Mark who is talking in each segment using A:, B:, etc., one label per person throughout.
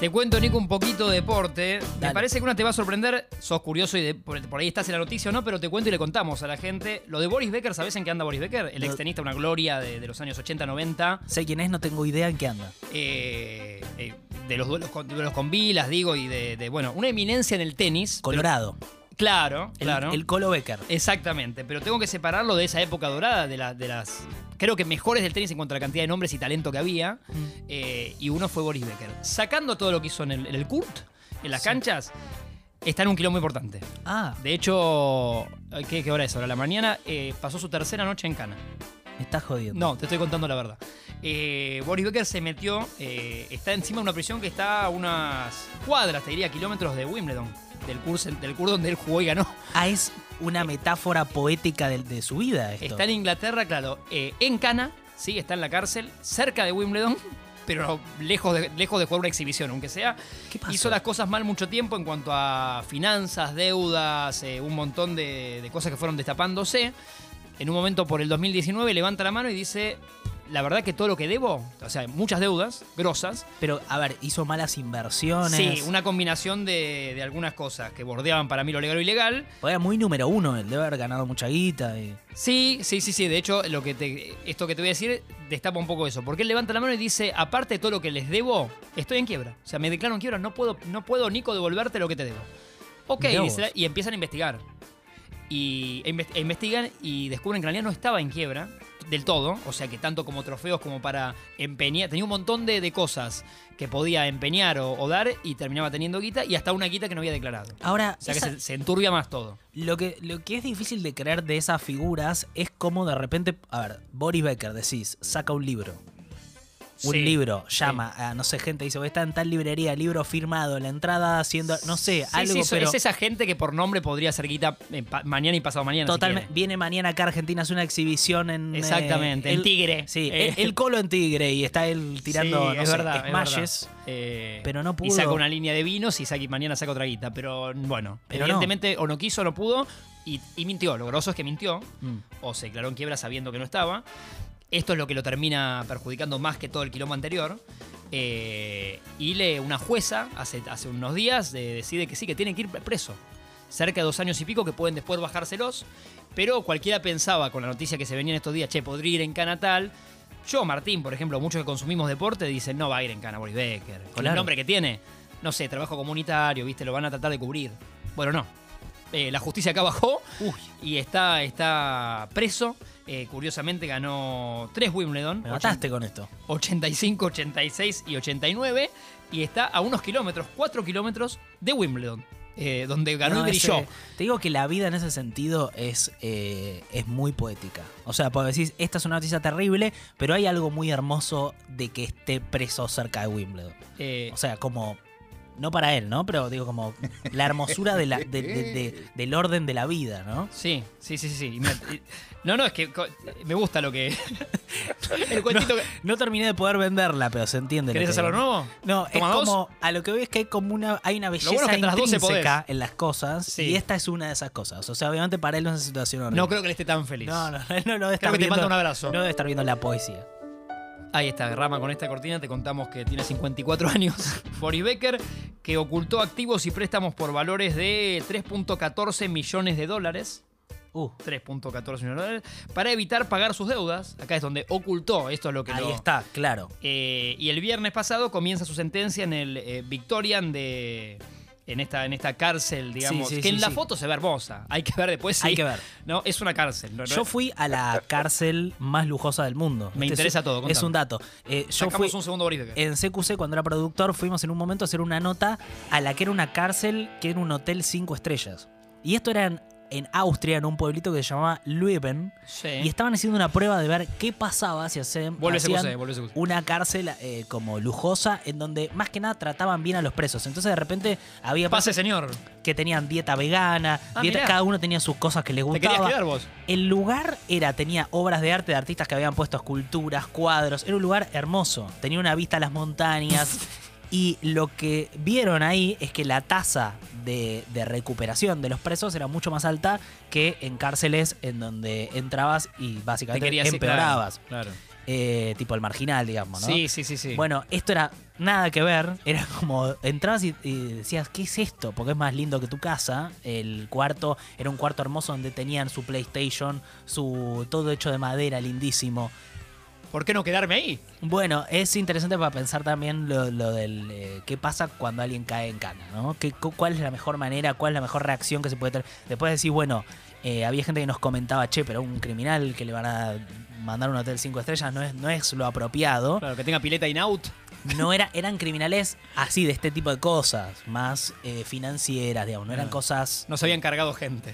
A: Te cuento, Nico, un poquito de deporte. Me
B: Dale.
A: parece que una te va a sorprender. Sos curioso y de- por, por ahí estás en la noticia o no, pero te cuento y le contamos a la gente. Lo de Boris Becker, ¿sabés en qué anda Boris Becker? El
B: No.
A: extenista, una gloria de, de los años 80, 90.
B: Sé quién es, no tengo idea en qué anda.
A: eh, eh, de los duelos con, duelos con Vilas, digo, y de, de, bueno, una eminencia en el tenis.
B: Colorado.
A: Claro,
B: El,
A: claro.
B: el Colo Becker.
A: Exactamente, pero tengo que separarlo de esa época dorada, de, la- de las, creo que mejores del tenis en cuanto a la cantidad de nombres y talento que había, eh, y uno fue Boris Becker. Sacando todo lo que hizo en el, en el court, en las
B: Sí.
A: canchas, está en un quilombo importante.
B: Ah,
A: De hecho, ay, ¿qué, qué hora es ahora? La mañana eh, pasó su tercera noche en Cana.
B: me estás jodiendo.
A: No, te estoy contando la verdad. Eh, Boris Becker se metió, eh, está encima de una prisión que está a unas cuadras, te diría, kilómetros de Wimbledon, del curso, del curso donde él jugó y ganó.
B: Ah, es una metáfora poética de, de su vida esto.
A: Eh, Está en Inglaterra, claro, eh, en Cana, sí, está en la cárcel, cerca de Wimbledon, pero lejos de, lejos de jugar una exhibición, aunque sea.
B: ¿Qué pasó?
A: Hizo las cosas mal mucho tiempo en cuanto a finanzas, deudas, eh, un montón de, de cosas que fueron destapándose. En un momento por el 2019 levanta la mano y dice, la verdad que todo lo que debo, o sea, muchas deudas grosas,
B: Pero, a ver, hizo malas inversiones.
A: sí, una combinación de, de algunas cosas que bordeaban para mí lo legal o ilegal,
B: Porque Era muy número uno, él debe haber ganado mucha guita. eh. y-
A: Sí, sí, sí, sí. De hecho, lo que te, esto que te voy a decir destapa un poco eso. Porque él levanta la mano y dice, aparte de todo lo que les debo, estoy en quiebra. O sea, me declaro en quiebra, no puedo, no puedo Nico, devolverte lo que te debo. Ok,
B: Mirá
A: dice la-
B: vos.
A: y empiezan a investigar. Y e inves- e investigan y descubren que en realidad no estaba en quiebra del todo. O sea, que tanto como trofeos como para empeñar. Tenía un montón de, de cosas que podía empeñar o, o dar y terminaba teniendo guita y hasta una guita que no había declarado.
B: Ahora,
A: O sea, que
B: esa-
A: se- se enturbia más todo.
B: Lo que, lo que es difícil de creer de esas figuras es cómo de repente, a ver, Boris Becker, decís, saca un libro. Un
A: Sí,
B: libro, llama a, no sé, gente, dice, "Voy a estar en tal librería, libro firmado, la entrada haciendo, no sé,
A: Sí,
B: algo,
A: sí, so-
B: pero
A: es esa gente que por nombre podría ser guita eh, pa- mañana y pasado mañana. si
B: totalmente,
A: quiere.
B: viene mañana acá a Argentina, hace una exhibición en... eh,
A: Exactamente, el, tigre.
B: Sí,
A: Eh,
B: el, el colo en Tigre y está él tirando,
A: sí,
B: no
A: es
B: sé,
A: verdad, es
B: smashes.
A: verdad. Eh,
B: pero no
A: Y
B: pudo.
A: saca una línea de vinos y saca- y mañana saca otra guita. Pero bueno,
B: Pero
A: evidentemente o no quiso o no pudo y, y mintió. Lo grosso es que mintió
B: Mm.
A: o se declaró en quiebra sabiendo que no estaba. Esto es lo que lo termina perjudicando más que todo el quilombo anterior. Eh, y le, una jueza hace, hace unos días eh, decide que sí, que tienen que ir preso. Cerca de dos años y pico que pueden después bajárselos. Pero cualquiera pensaba con la noticia que se venía en estos días, che, podría ir en Cana tal. Yo, Martín, por ejemplo, muchos que consumimos deporte dicen, no va a ir en Cana Boris Becker. Con
B: Claro.
A: el nombre que tiene, no sé, trabajo comunitario, viste, lo van a tratar de cubrir. Bueno, no. Eh, la justicia acá bajó
B: Uy,
A: y está, está preso. Eh, curiosamente ganó tres Wimbledon.
B: me mataste con esto.
A: 85, 86 y 89. Y está a unos kilómetros, 4 kilómetros de Wimbledon. eh, donde ganó
B: No,
A: y brilló.
B: ese- te digo que la vida en ese sentido es, eh, es muy poética. O sea, puedo decir, esta es una noticia terrible, pero hay algo muy hermoso de que esté preso cerca de Wimbledon.
A: Eh,
B: O sea, como. No para él, ¿no? Pero digo, como la hermosura de la- de- de- de- del orden de la vida, ¿no?
A: sí, sí, sí, sí. sí. Y me- y- no, no, es que co- me gusta lo que. el cuentito. que-
B: No terminé de poder venderla, pero se entiende. lo
A: ¿Querés
B: que
A: hacerlo
B: digo.
A: nuevo?
B: No, es
A: ¿Toma dos?
B: como. A lo que veo es que hay como una. Hay una
A: bueno
B: belleza
A: es que hasta las 12 podés.
B: intrínseca en las cosas.
A: Sí.
B: Y esta es una de esas cosas. O sea, obviamente para él no es una situación horrible.
A: No creo que le esté tan feliz.
B: No, no, no, no debe estar
A: Creo que te
B: viendo-
A: manda un abrazo.
B: No debe estar viendo la poesía.
A: Ahí está, Rama, con esta cortina te contamos que tiene 54 años. Boris Becker, que ocultó activos y préstamos por valores de 3.14 millones de dólares.
B: Uh,
A: 3.14 millones de dólares. Para evitar pagar sus deudas. Acá es donde ocultó, esto es lo que
B: ahí
A: lo-
B: está, claro.
A: Eh, y el viernes pasado comienza su sentencia en el eh, Victorian de. En esta, en esta cárcel, digamos.
B: sí,
A: que en
B: sí,
A: la
B: sí.
A: foto se ve hermosa. Hay que ver después si.
B: Hay que ver.
A: No, es una cárcel. no- no-
B: Yo fui a la cárcel más lujosa del mundo.
A: Me
B: Este es-
A: interesa todo,
B: Es
A: contame.
B: un dato. Eh, yo fui eh,
A: Sacamos un segundo Boris Becker.
B: en CQC cuando era productor, fuimos en un momento a hacer una nota a la que era una cárcel que era un hotel cinco estrellas. Y esto era en, en Austria, en un pueblito que se llamaba Lüben.
A: Sí.
B: Y este estaban haciendo una prueba de ver qué pasaba si hacían,
A: Vuelve
B: hacían
A: CQC, vuelve CQC.
B: una cárcel eh, como lujosa en donde más que nada trataban bien a los presos. Entonces de repente había
A: Pase, señor.
B: que tenían dieta vegana,
A: Ah,
B: dieta-
A: mirá.
B: cada uno tenía sus cosas que les
A: ¿Te querías
B: gustaba.
A: quedar vos?
B: El lugar era, tenía obras de arte de artistas que habían puesto esculturas, cuadros, era un lugar hermoso, tenía una vista a las montañas y lo que vieron ahí es que la tasa de, de recuperación de los presos era mucho más alta que en cárceles en donde entrabas y
A: Te
B: básicamente
A: querías
B: empeorabas.
A: Claro.
B: eh, tipo el marginal, digamos, ¿no?
A: Sí, sí, sí, sí.
B: Bueno, esto era nada que ver, era como entrabas y, y decías, ¿qué es esto? Porque es más lindo que tu casa. El cuarto era un cuarto hermoso donde tenían su PlayStation, su todo hecho de madera, lindísimo.
A: ¿por qué no quedarme ahí?
B: Bueno, es interesante para pensar también lo, lo del eh, qué pasa cuando alguien cae en cana, ¿no? ¿Qué, cu- ¿Cuál es la mejor manera, cuál es la mejor reacción que se puede tener? Después decir, bueno, eh, había gente que nos comentaba, che, pero un criminal que le van a mandar a un hotel cinco estrellas no es, no es lo apropiado.
A: Claro, que tenga pileta in out.
B: No era, eran criminales así, de este tipo de cosas, más eh, financieras, digamos, no eran
A: Claro.
B: cosas...
A: No se habían cargado gente.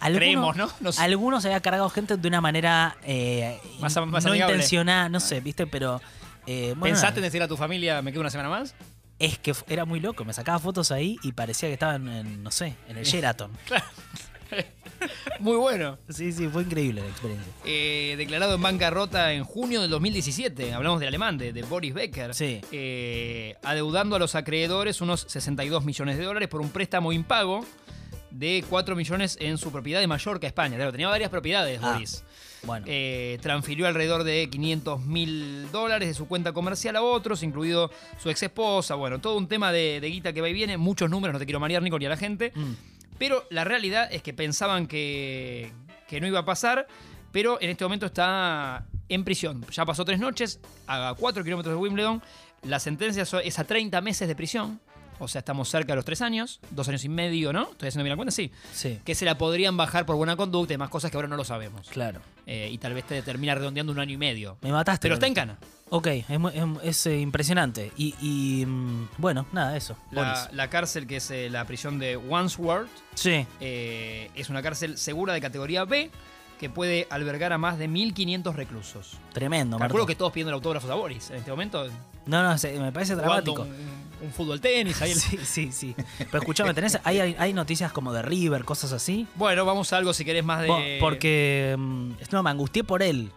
B: Alguno-
A: Ah. Creemos, ¿no? No sé.
B: Algunos se había cargado gente de una manera eh,
A: Más a- más
B: no
A: amigable.
B: intencionada, no sé, viste, pero... eh, bueno,
A: ¿Pensaste en decirle a tu familia, me quedo una semana más?
B: Es que f- era muy loco, me sacaba fotos ahí y parecía que estaba en, en, no sé, en el Sheraton.
A: Muy bueno.
B: Sí, sí, fue increíble la experiencia.
A: Eh, declarado en bancarrota en junio del 2017, hablamos del alemán, de, de Boris Becker,
B: Sí.
A: Eh, adeudando a los acreedores unos 62 millones de dólares por un préstamo impago de 4 millones en su propiedad de Mallorca, España. Claro, tenía varias propiedades,
B: Ah.
A: Boris.
B: Bueno,
A: Eh, transfirió alrededor de 500 mil dólares de su cuenta comercial a otros, incluido su ex esposa. Bueno, todo un tema de, de guita que va y viene, muchos números, no te quiero marear, Nico, ni a la gente.
B: mm,
A: Pero la realidad es que pensaban que, que no iba a pasar, pero en este momento está en prisión. Ya pasó tres noches, a cuatro kilómetros de Wimbledon. La sentencia so- es a 30 meses de prisión. O sea, estamos cerca de los tres años, dos años y medio, ¿no? ¿Estoy haciendo bien la cuenta? Sí.
B: sí,
A: Que se la podrían bajar por buena conducta y más cosas que ahora no lo sabemos.
B: claro.
A: Eh, y tal vez te termina redondeando un año y medio.
B: Me mataste.
A: Pero está
B: boludo.
A: en cana.
B: Ok, es, mu- es mu- es, eh, impresionante. Y, y, mm, bueno, nada, eso.
A: La,
B: Boris.
A: la cárcel que es eh, la prisión de Wandsworth,
B: Sí,
A: Eh, es una cárcel segura de categoría B que puede albergar a más de 1.500 reclusos.
B: tremendo,
A: Calculo que
B: Martín.
A: todos pidiendo autógrafos a Boris en este momento.
B: No, no, se- me parece
A: Jugando
B: dramático.
A: un, un fútbol tenis. ahí el-
B: Sí, sí, sí. Pero escuchame, ¿tenés, hay, hay, hay noticias como de River, cosas así?
A: Bueno, vamos a algo si querés más de...
B: Bo- Porque, mm, no, me angustié por él.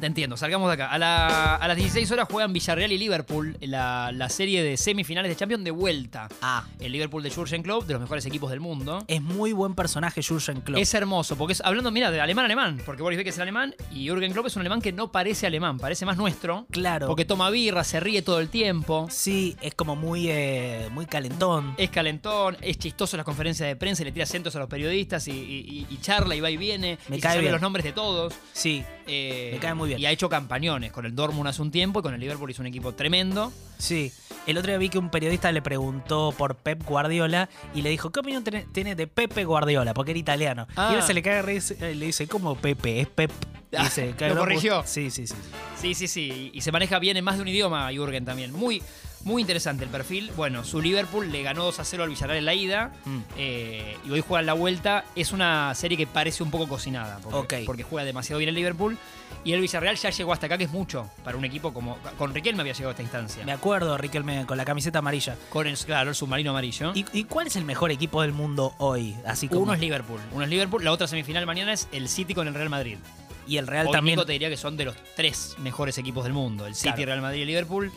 A: Te entiendo, salgamos de acá. A, la- a las 16 horas juegan Villarreal y Liverpool la, la serie de semifinales de Champions de vuelta.
B: Ah,
A: El Liverpool de Jurgen Klopp, de los mejores equipos del mundo.
B: es muy buen personaje Jurgen Klopp.
A: Es hermoso, porque es, hablando, mira, de alemán-alemán, porque Boris Beck es el alemán y Jürgen Klopp es un alemán que no parece alemán, parece más nuestro.
B: claro.
A: Porque toma birra, se ríe todo el tiempo.
B: Sí, es como muy, eh, muy calentón.
A: Es calentón, es chistoso en las conferencias de prensa, le tira acentos a los periodistas y, y- y charla y va y viene.
B: Me
A: y se
B: cae
A: sabe
B: bien.
A: los nombres de todos.
B: Sí,
A: eh,
B: Me cae muy bien.
A: Y ha hecho campañones con el Dortmund hace un tiempo y con el Liverpool hizo un equipo tremendo.
B: sí. El otro día vi que un periodista le preguntó por Pep Guardiola y le dijo, ¿qué opinión tiene- tiene de Pepe Guardiola? Porque era italiano.
A: Ah.
B: Y él se le cae de risa y le dice, ¿cómo Pepe? Es Pep. Y
A: Ah,
B: se cae
A: lo
B: de-
A: corrigió.
B: Sí, sí, sí.
A: Sí, sí, sí. Y y se maneja bien en más de un idioma, Jürgen también. Muy, muy interesante el perfil. Bueno, su Liverpool le ganó 2 a 0 al Villarreal en la ida.
B: Mm.
A: Eh, y hoy juega en la vuelta. Es una serie que parece un poco cocinada. Porque,
B: Ok.
A: porque juega demasiado bien el Liverpool. Y el Villarreal ya llegó hasta acá, que es mucho para un equipo como. Con Riquelme había llegado a esta instancia.
B: Me acuerdo, Riquelme, con la camiseta amarilla.
A: Con el, claro, el submarino amarillo.
B: ¿Y, y cuál es el mejor equipo del mundo hoy? Así como...
A: uno es Liverpool. Uno es Liverpool. La otra semifinal mañana es el City con el Real Madrid.
B: y el Real
A: Hoy
B: también.
A: Nico te diría que son de los tres mejores equipos del mundo: el City,
B: Claro.
A: Real Madrid y Liverpool.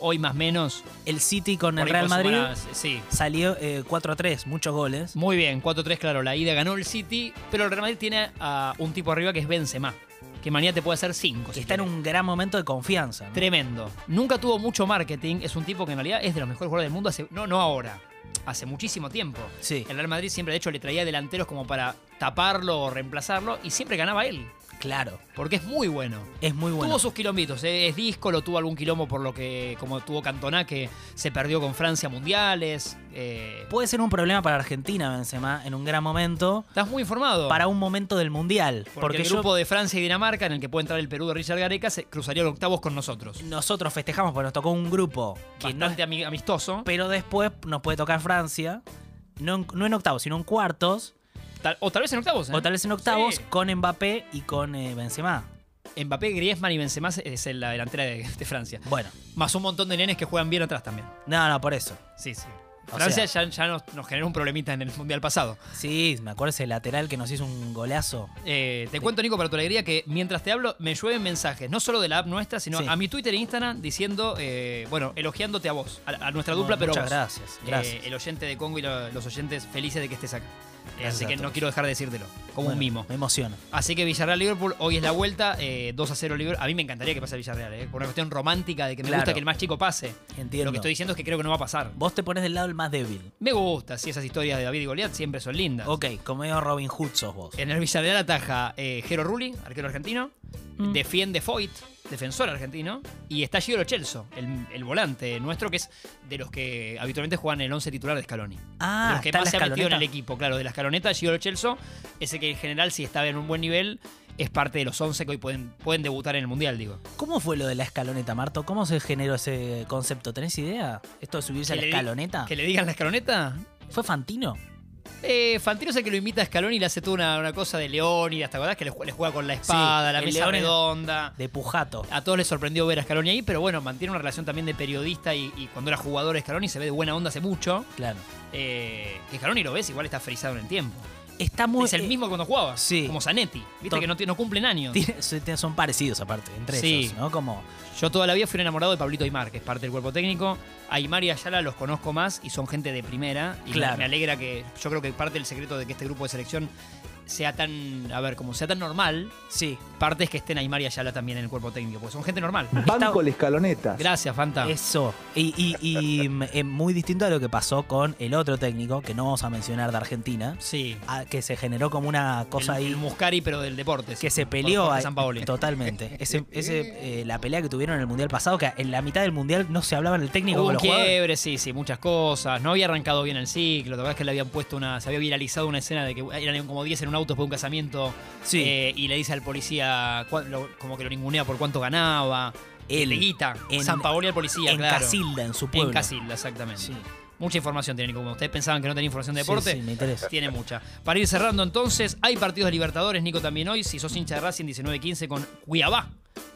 A: Hoy más menos.
B: El City con
A: por
B: el
A: ahí
B: Real
A: puede
B: Madrid
A: sumar a- sí.
B: salió eh, 4 a 3, muchos goles.
A: Muy bien, 4-3, claro, la ida ganó el City, pero el Real Madrid tiene a un tipo arriba que es Benzema, que mañana te puede hacer 5.
B: que está en un gran momento de confianza. ¿no?
A: Tremendo. Nunca tuvo mucho marketing, es un tipo que en realidad es de los mejores jugadores del mundo, hace, no, no ahora, hace muchísimo tiempo.
B: Sí,
A: El Real Madrid siempre, de hecho, le traía delanteros como para taparlo o reemplazarlo, y siempre ganaba él,
B: claro.
A: porque es muy bueno.
B: Es muy bueno.
A: Tuvo sus quilombitos, eh, es disco, lo tuvo algún quilombo por lo que, como tuvo Cantona, que se perdió con Francia mundiales. eh,
B: Puede ser un problema para Argentina, Benzema, en un gran momento,
A: estás muy informado.
B: para un momento del Mundial.
A: Porque,
B: Porque,
A: el
B: yo-
A: grupo de Francia y Dinamarca, en el que puede entrar el Perú de Richard Gareca, se cruzaría los octavos con nosotros.
B: nosotros festejamos porque nos tocó un grupo que no
A: Bastante
B: es-
A: ami- amistoso.
B: Pero después nos puede tocar Francia, no en, no en octavos, sino en cuartos,
A: Tal- o tal vez en octavos. ¿eh?
B: o tal vez en octavos,
A: Sí.
B: con Mbappé y con eh, Benzema.
A: Mbappé, Griezmann y Benzema es- es en la delantera de, de Francia.
B: Bueno,
A: Más un montón de nenes que juegan bien atrás también.
B: no, no, por eso.
A: Sí, sí.
B: O
A: Francia ya, ya nos, nos generó un problemita en el Mundial pasado.
B: Sí, me acuerdo ese lateral que nos hizo un golazo.
A: Eh, te cuento, Nico, para tu alegría, que mientras te hablo, me llueven mensajes, no solo de la app nuestra, sino
B: Sí.
A: a mi Twitter e Instagram, diciendo, eh, bueno, elogiándote a vos, a, a nuestra
B: No,
A: dupla, pero
B: Muchas
A: vos.
B: gracias, gracias.
A: Eh, el oyente de Congo y lo- los oyentes felices de que estés acá. Eh, así
B: a
A: que no
B: todos.
A: quiero dejar de decírtelo. Como
B: Bueno,
A: un mimo.
B: Me emociona.
A: Así que Villarreal-Liverpool, hoy es la vuelta, eh, 2 a 0 Liverpool. A mí me encantaría que pase Villarreal, eh, por una cuestión romántica de que me
B: Claro.
A: gusta que el más chico pase.
B: Entiendo.
A: Lo que estoy diciendo es que creo que no va a pasar.
B: Vos te pones del lado del más débil.
A: Me gusta, si esas historias de David y Goliat siempre son lindas.
B: Ok, comedio Robin Hood sos vos.
A: En el Villarreal ataja eh, Jero Rulli, arquero argentino.
B: Mm.
A: Mm. Defiende Foyt, defensor argentino. Y está Giro Chelso, el, el volante nuestro, que es de los que habitualmente juegan el 11 titular de Scaloni. de
B: Ah,
A: los que
B: está
A: más se
B: la
A: ha metido en el
B: escaloneta.
A: equipo, claro, de las escaloneta, Giro Chelso, ese que en general, si está en un buen nivel, es parte de los 11 que hoy pueden, pueden debutar en el Mundial, digo.
B: ¿Cómo fue lo de la escaloneta, Marto? ¿Cómo se generó ese concepto? ¿Tenés idea? ¿Esto de subirse a
A: Que
B: la
A: le di-
B: escaloneta?
A: ¿Que le digan la escaloneta?
B: ¿Ffue Fantino?
A: Eh, Fantino es el que lo imita a Scaloni y le hace toda una, una cosa de León y hasta acordás que le, ju- le juega con la espada, la
B: el
A: mesa
B: León es-
A: redonda.
B: De Pujato.
A: A todos les sorprendió ver a Scaloni ahí, pero bueno, mantiene una relación también de periodista y, y cuando era jugador Scaloni se ve de buena onda hace mucho.
B: Claro.
A: Eh, que Scaloni lo ves, igual está frisado en el tiempo.
B: Está muy.
A: es el
B: eh,
A: mismo que cuando jugaba,
B: sí.
A: como Zanetti. Viste
B: To-
A: que no, ti- no cumplen años.
B: tiene- se- tiene- son parecidos aparte, entre
A: Sí.
B: ellos, ¿no? Como.
A: Yo toda la vida fui un enamorado de Pablito Aymar, que es parte del cuerpo técnico. Aymar y Ayala los conozco más y son gente de primera. Y me-
B: Claro.
A: me alegra que yo creo que parte del secreto de que este grupo de selección sea tan, a ver, como sea tan normal,
B: Sí.
A: parte es que estén Aymar y Ayala también en el cuerpo técnico, porque son gente normal.
C: Banco la escaloneta.
A: Gracias, Fanta.
B: Eso. Y, y- y, mm, eh, muy distinto a lo que pasó con el otro técnico, que no vamos a mencionar de Argentina,
A: sí.
B: a- que se generó como una
A: el,
B: cosa ahí.
A: el Muscari, pero del deporte. sí.
B: que se
A: Por
B: peleó
A: Jorge
B: ahí-
A: Sampaoli.
B: totalmente. Ese, ese, eh, la pelea que tuvieron en el mundial pasado, que en la mitad del mundial no se hablaba en el
A: Hubo
B: técnico
A: eh,
B: con
A: un
B: los jugadores.
A: quiebre, sí, sí, muchas cosas. No había arrancado bien el ciclo. La verdad es que le habían puesto una. Se había viralizado una escena de que eran como 10 en un auto después de un casamiento.
B: Sí.
A: eh, y le dice al policía, cua- lo- como que lo ningunea por cuánto ganaba.
B: Él,
A: Le guita.
B: Mm. en-
A: San Paoli al policía,
B: en
A: claro.
B: Casilda, en su pueblo.
A: En Casilda, exactamente.
B: Sí.
A: Mucha información tienen. y Como ustedes pensaban que no tenía información de deporte,
B: Sí, sí, me interesa.
A: tiene mucha. Para ir cerrando entonces, hay partidos de Libertadores, Nico también hoy. Si sos hincha de Racing 19-15 con Cuiabá,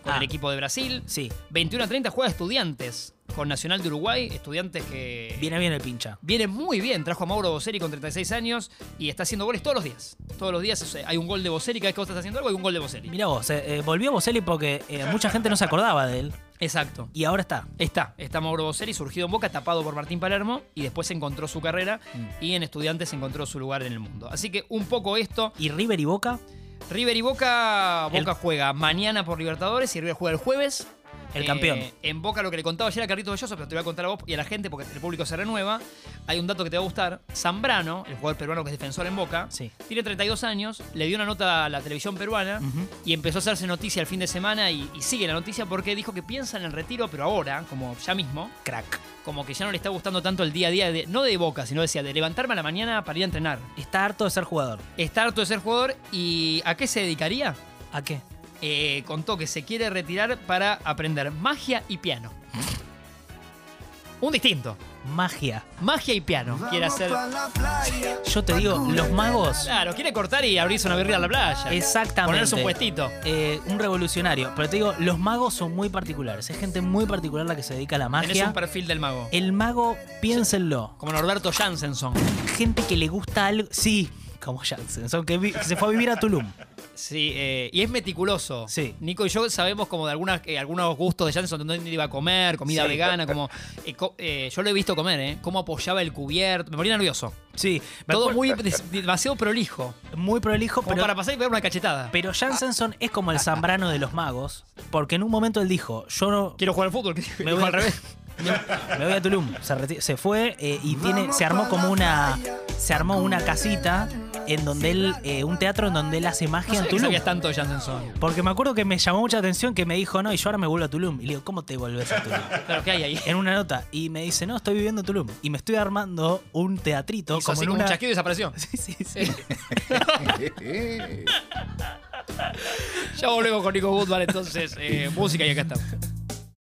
A: con
B: Ah.
A: el equipo de Brasil.
B: Sí,
A: 21 a 30 juega Estudiantes con Nacional de Uruguay, Estudiantes que
B: viene bien el pincha.
A: viene muy bien. Trajo a Mauro Boselli con 36 años y está haciendo goles todos los días. Todos los días o sea, hay un gol de Boselli, cada vez que vos estás haciendo algo hay un gol de Boselli.
B: Mirá vos, eh, eh, volvió Boselli porque eh, mucha gente no se acordaba de él.
A: Exacto.
B: Y ahora está.
A: Está, está Mauro Boselli, surgido en Boca, tapado por Martín Palermo y después encontró su carrera
B: Mm.
A: y en Estudiantes encontró su lugar en el mundo. Así que un poco esto.
B: Y River y Boca,
A: River y Boca, Boca
B: El-
A: juega mañana por Libertadores y River juega el jueves.
B: El
A: Eh,
B: campeón.
A: En Boca lo que le contaba ayer a Carlitos Belloso, pero te lo voy a contar a vos y a la gente porque el público se renueva. Hay un dato que te va a gustar. Zambrano, el jugador peruano que es defensor en Boca,
B: Sí.
A: tiene 32 años, le dio una nota a la televisión peruana
B: Ujú.
A: y empezó a hacerse noticia el fin de semana y, y sigue la noticia porque dijo que piensa en el retiro, pero ahora, como ya mismo,
B: crack.
A: como que ya no le está gustando tanto el día a día, de- no de Boca, sino decía, de levantarme a la mañana para ir a entrenar.
B: Está harto de ser jugador.
A: Está harto de ser jugador y ¿a qué se dedicaría?
B: ¿A qué?
A: eh, contó que se quiere retirar para aprender magia y piano. Un distinto.
B: Magia.
A: Magia y piano. Quiere hacer.
B: Yo te digo, los magos,
A: Claro, quiere cortar y abrirse una birria a la playa.
B: Exactamente.
A: Ponerse un puestito.
B: eh, un revolucionario. Pero te digo, los magos son muy particulares. Es gente muy particular la que se dedica a la
A: Tenés
B: magia.
A: un perfil del mago.
B: El mago, piénsenlo.
A: Como Norberto Jansenson.
B: Gente que le gusta algo. Sí, como Jackson, son que, vi- que se fue a vivir a Tulum.
A: Sí, eh, y es meticuloso.
B: Sí.
A: Nico y yo sabemos como de algunas, eh, algunos gustos de Jansenson, donde iba a comer, comida
B: Sí.
A: vegana, como. eh, co- eh, yo lo he visto comer, ¿eh? Cómo apoyaba el cubierto. Me ponía nervioso.
B: Sí, me
A: Todo
B: acuer-
A: muy des- demasiado prolijo.
B: muy prolijo,
A: Como
B: pero.
A: para pasar y pegar una cachetada.
B: Pero Jansenson es como el Zambrano de los magos, porque en un momento él dijo, yo no...
A: Quiero jugar al fútbol. que
B: Me
A: dijo
B: voy-
A: al revés.
B: Me voy a Tulum. Se, reti- se fue eh, y tiene, se armó como una. Se armó una casita en donde él. eh, un teatro en donde él hace
A: No
B: magia
A: sabía
B: en
A: que
B: Tulum.
A: sabías tanto de Jansenson.
B: Porque me acuerdo que me llamó mucha atención que me dijo, no, y yo ahora me vuelvo a Tulum. Y le digo, ¿cómo te volvés a Tulum?
A: Claro, ¿qué hay ahí?
B: En una nota. Y me dice, no, estoy viviendo en Tulum. Y me estoy armando un teatrito
A: Hizo
B: como
A: así
B: en
A: como
B: una.
A: un chasquido y desapareció.
B: Sí, sí, sí.
A: Ya volvemos con Nico Goodman entonces. eh, música y acá estamos.